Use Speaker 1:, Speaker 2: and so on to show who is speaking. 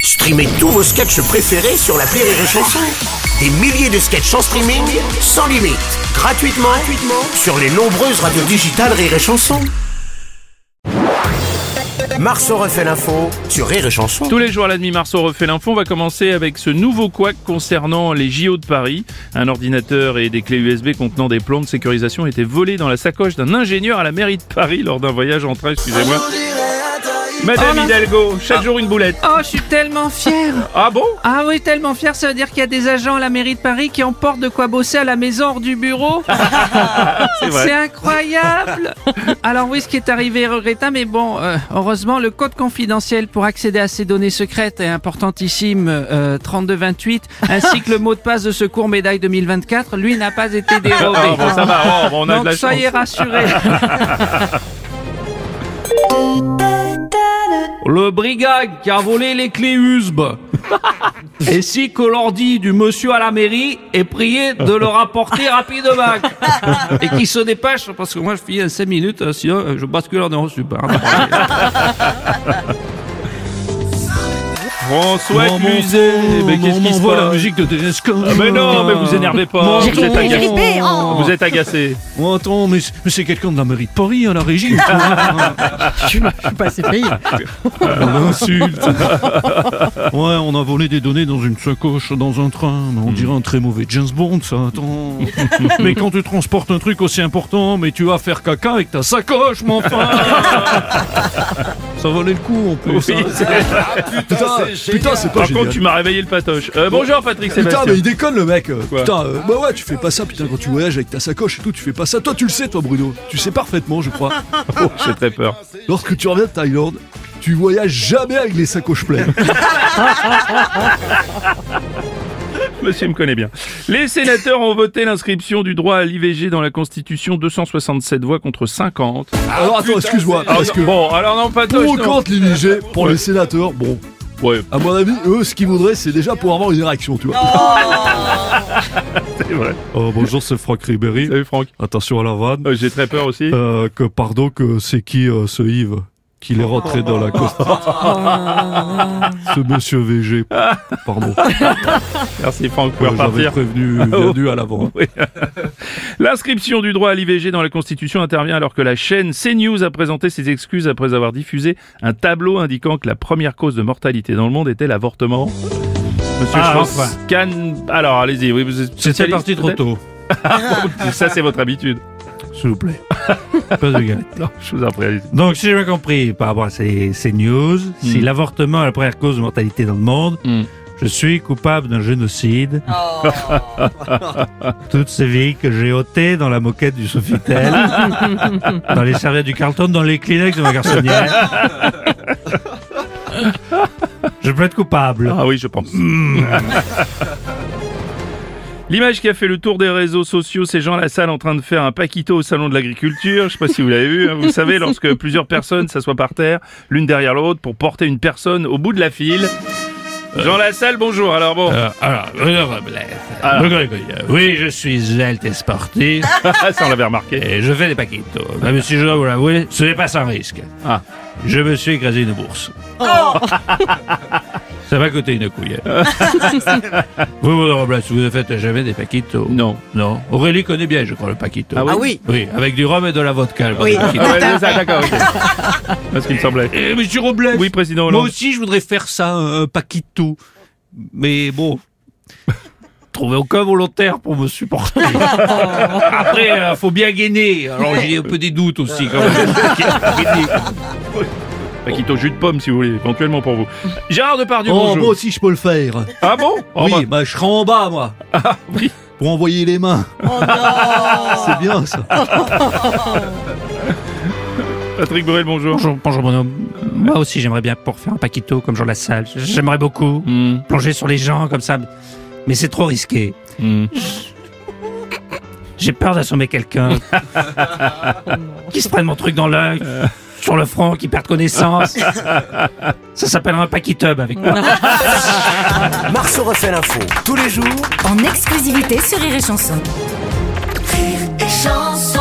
Speaker 1: Streamez tous vos sketchs préférés sur la Rire et Chanson. Des milliers de sketchs en streaming, sans limite, gratuitement, gratuitement sur les nombreuses radios digitales Rire et Chanson. Marceau refait l'info sur Rire et Chanson.
Speaker 2: Tous les jours à la demi-marceau refait l'info. On va commencer avec ce nouveau couac concernant les JO de Paris. Un ordinateur et des clés USB contenant des plans de sécurisation étaient volés dans la sacoche d'un ingénieur à la mairie de Paris lors d'un voyage en train, excusez-moi. Madame Hidalgo, chaque jour une boulette.
Speaker 3: Oh, je suis tellement fière
Speaker 2: Ah bon
Speaker 3: Ah oui, tellement fière, ça veut dire qu'il y a des agents à la mairie de Paris qui emportent de quoi bosser à la maison hors du bureau.
Speaker 2: C'est
Speaker 3: C'est
Speaker 2: vrai.
Speaker 3: incroyable Alors oui, ce qui est arrivé est regrettable, mais bon, euh, heureusement, le code confidentiel pour accéder à ces données secrètes est importantissime, euh, 3228, ainsi que le mot de passe de secours médaille 2024, lui n'a pas été dérobé.
Speaker 2: Ah bon, ça va, oh, bon, on a de
Speaker 3: Donc
Speaker 2: la chance.
Speaker 3: soyez rassurés.
Speaker 4: Le brigade qui a volé les clés USB, ainsi que l'ordi du monsieur à la mairie, est prié de le rapporter rapidement. Et qui se dépêche, parce que moi je finis en 5 minutes, euh, sinon euh, je bascule en super.
Speaker 2: François Cluzet, mais qu'est-ce qui se passe
Speaker 4: musique de Tedesco.
Speaker 2: Ah, Mais non, mais vous énervez pas,
Speaker 4: Mon
Speaker 2: vous êtes
Speaker 4: Dieu.
Speaker 2: agacé.
Speaker 5: Grippé, oh.
Speaker 2: Vous êtes agacé.
Speaker 4: Oh, attends, mais, c'est- mais c'est quelqu'un de la mairie de Paris, à la régie.
Speaker 2: L'insulte.
Speaker 4: Ouais, on a volé des données dans une sacoche, dans un train. Mais
Speaker 6: Hmm.
Speaker 4: On dirait un très mauvais James Bond, ça, attends. mais quand tu transportes un truc aussi important, mais tu vas faire caca avec ta sacoche, mon frère Ça valait le coup, en plus.
Speaker 2: Oui,
Speaker 4: hein.
Speaker 2: c'est-
Speaker 6: Putain, putain, c'est pas
Speaker 2: Par
Speaker 6: génial.
Speaker 2: contre, tu m'as réveillé le patoche. Euh, bonjour Patrick
Speaker 6: Putain,
Speaker 2: Sébastien.
Speaker 6: mais il déconne le mec. euh,
Speaker 2: Quoi
Speaker 6: putain, euh, bah ouais, tu fais pas ça, putain, quand tu voyages avec ta sacoche et tout, tu fais pas ça. Toi, tu le sais, toi, Bruno. Tu sais parfaitement, je crois.
Speaker 2: Oh, J'ai très peur.
Speaker 6: Lorsque tu reviens de Thaïlande, tu voyages jamais avec les sacoches pleines.
Speaker 2: Monsieur me connaît bien. Les sénateurs ont voté l'inscription du droit à l'IVG dans la Constitution, 267 voix contre 50.
Speaker 6: Alors, attends, excuse-moi.
Speaker 2: Ah,
Speaker 6: Parce que
Speaker 2: Bon, alors non, pas
Speaker 6: pour
Speaker 2: toi.
Speaker 6: ou contre l'IVG, pour les sénateurs, bon,
Speaker 2: Ouais,
Speaker 6: à mon avis, eux, ce qu'ils voudraient, c'est déjà pouvoir avoir une érection, tu vois.
Speaker 2: c'est vrai.
Speaker 4: Euh, bonjour, c'est Franck Ribéry.
Speaker 2: Salut Franck.
Speaker 4: Attention à la vanne.
Speaker 2: Euh, J'ai très peur aussi.
Speaker 4: Euh, que pardon, que c'est qui euh, ce Yves qui est rentré dans la
Speaker 6: Oh.
Speaker 4: Constitution Ce monsieur VG, pardon.
Speaker 2: Merci Franck pour
Speaker 6: euh,
Speaker 4: Ouais, J'avais
Speaker 2: repartir.
Speaker 4: prévenu, bienvenue à
Speaker 6: Oh,
Speaker 4: l'avant.
Speaker 2: L'inscription du droit à l'IVG dans la Constitution intervient alors que la chaîne CNews a présenté ses excuses après avoir diffusé un tableau indiquant que la première cause de mortalité dans le monde était l'avortement. Monsieur
Speaker 4: Ah,
Speaker 2: Schwartz, Kahn- Alors, allez-y. Oui, vous êtes
Speaker 4: C'était
Speaker 2: spécialiste,
Speaker 4: parti trop
Speaker 2: peut-être
Speaker 4: tôt,
Speaker 2: Ça, c'est votre habitude.
Speaker 4: s'il vous plaît. Pas de galette.
Speaker 2: Non, je vous en prie, allez-y.
Speaker 7: Donc, si j'ai bien compris, par rapport à ces, ces news, si l'avortement est la première cause de mortalité dans le monde,
Speaker 2: Mm.
Speaker 7: je suis coupable d'un génocide. Toutes ces vies que j'ai ôtées dans la moquette du Sofitel, dans les serviettes du Carlton, dans les Kleenex de ma garçonnière. je peux être coupable.
Speaker 2: Ah oui, je pense. L'image qui a fait le tour des réseaux sociaux, c'est Jean Lassalle en train de faire un paquito au salon de l'agriculture. Je sais pas si vous l'avez vu. hein. Vous savez, lorsque plusieurs personnes s'assoient par terre, l'une derrière l'autre, pour porter une personne au bout de la file. Jean Lassalle, bonjour. Alors bon,
Speaker 7: Euh, alors, Bruno Robles. Bruno Robles. Oui, je suis zelte et sportif.
Speaker 2: Ah, ça on l'avait remarqué.
Speaker 7: Et je fais des paquitos. Même si je dois vous l'avouer, ce n'est pas sans risque.
Speaker 2: Ah.
Speaker 7: Je me suis écrasé une bourse. Ça m'a coûté une couille. vous, Bruno Robles, vous ne faites jamais des paquitos
Speaker 2: Non.
Speaker 7: Non. Aurélie connaît bien, je crois, le paquito.
Speaker 2: Ah
Speaker 7: oui Oui, avec du rhum et de la vodka. le vrai paquito.
Speaker 2: Ah ouais, c'est ça, d'accord. ok. C'est ce qu'il me semblait.
Speaker 4: Eh, monsieur Robles,
Speaker 2: Oui, président
Speaker 4: moi
Speaker 2: Hollande.
Speaker 4: aussi je voudrais faire ça,
Speaker 2: euh,
Speaker 4: un paquito. Mais bon,
Speaker 7: Trouvé aucun volontaire pour me supporter.
Speaker 4: après, euh, faut bien gainer. Alors j'ai un peu des doutes aussi quand même.
Speaker 2: Paquito jus de pomme, si vous voulez, éventuellement pour vous. Gérard Depardieu,
Speaker 6: Oh, moi
Speaker 2: bonjour.
Speaker 6: aussi, je peux le faire.
Speaker 2: Ah bon Oh,
Speaker 6: Oui, bah, je serai en bas, moi.
Speaker 4: Ah,
Speaker 2: oui.
Speaker 6: Pour envoyer les mains. C'est bien, ça.
Speaker 2: bah, Patrick Borel, bonjour.
Speaker 7: bonjour, bonjour, bonhomme. Moi aussi, j'aimerais bien pour faire un paquito comme Jean Lassalle. J'aimerais beaucoup
Speaker 2: Hmm,
Speaker 7: plonger sur les gens comme ça. Mais c'est trop risqué.
Speaker 2: hmm.
Speaker 7: J'ai peur d'assommer quelqu'un. qui se prenne mon truc dans l'œil, sur le front, qui perde connaissance. Ça s'appelle un paquitub avec moi.
Speaker 1: Marceau refait l'info tous les jours
Speaker 5: en exclusivité sur Rire et Chanson. Rire et Chanson.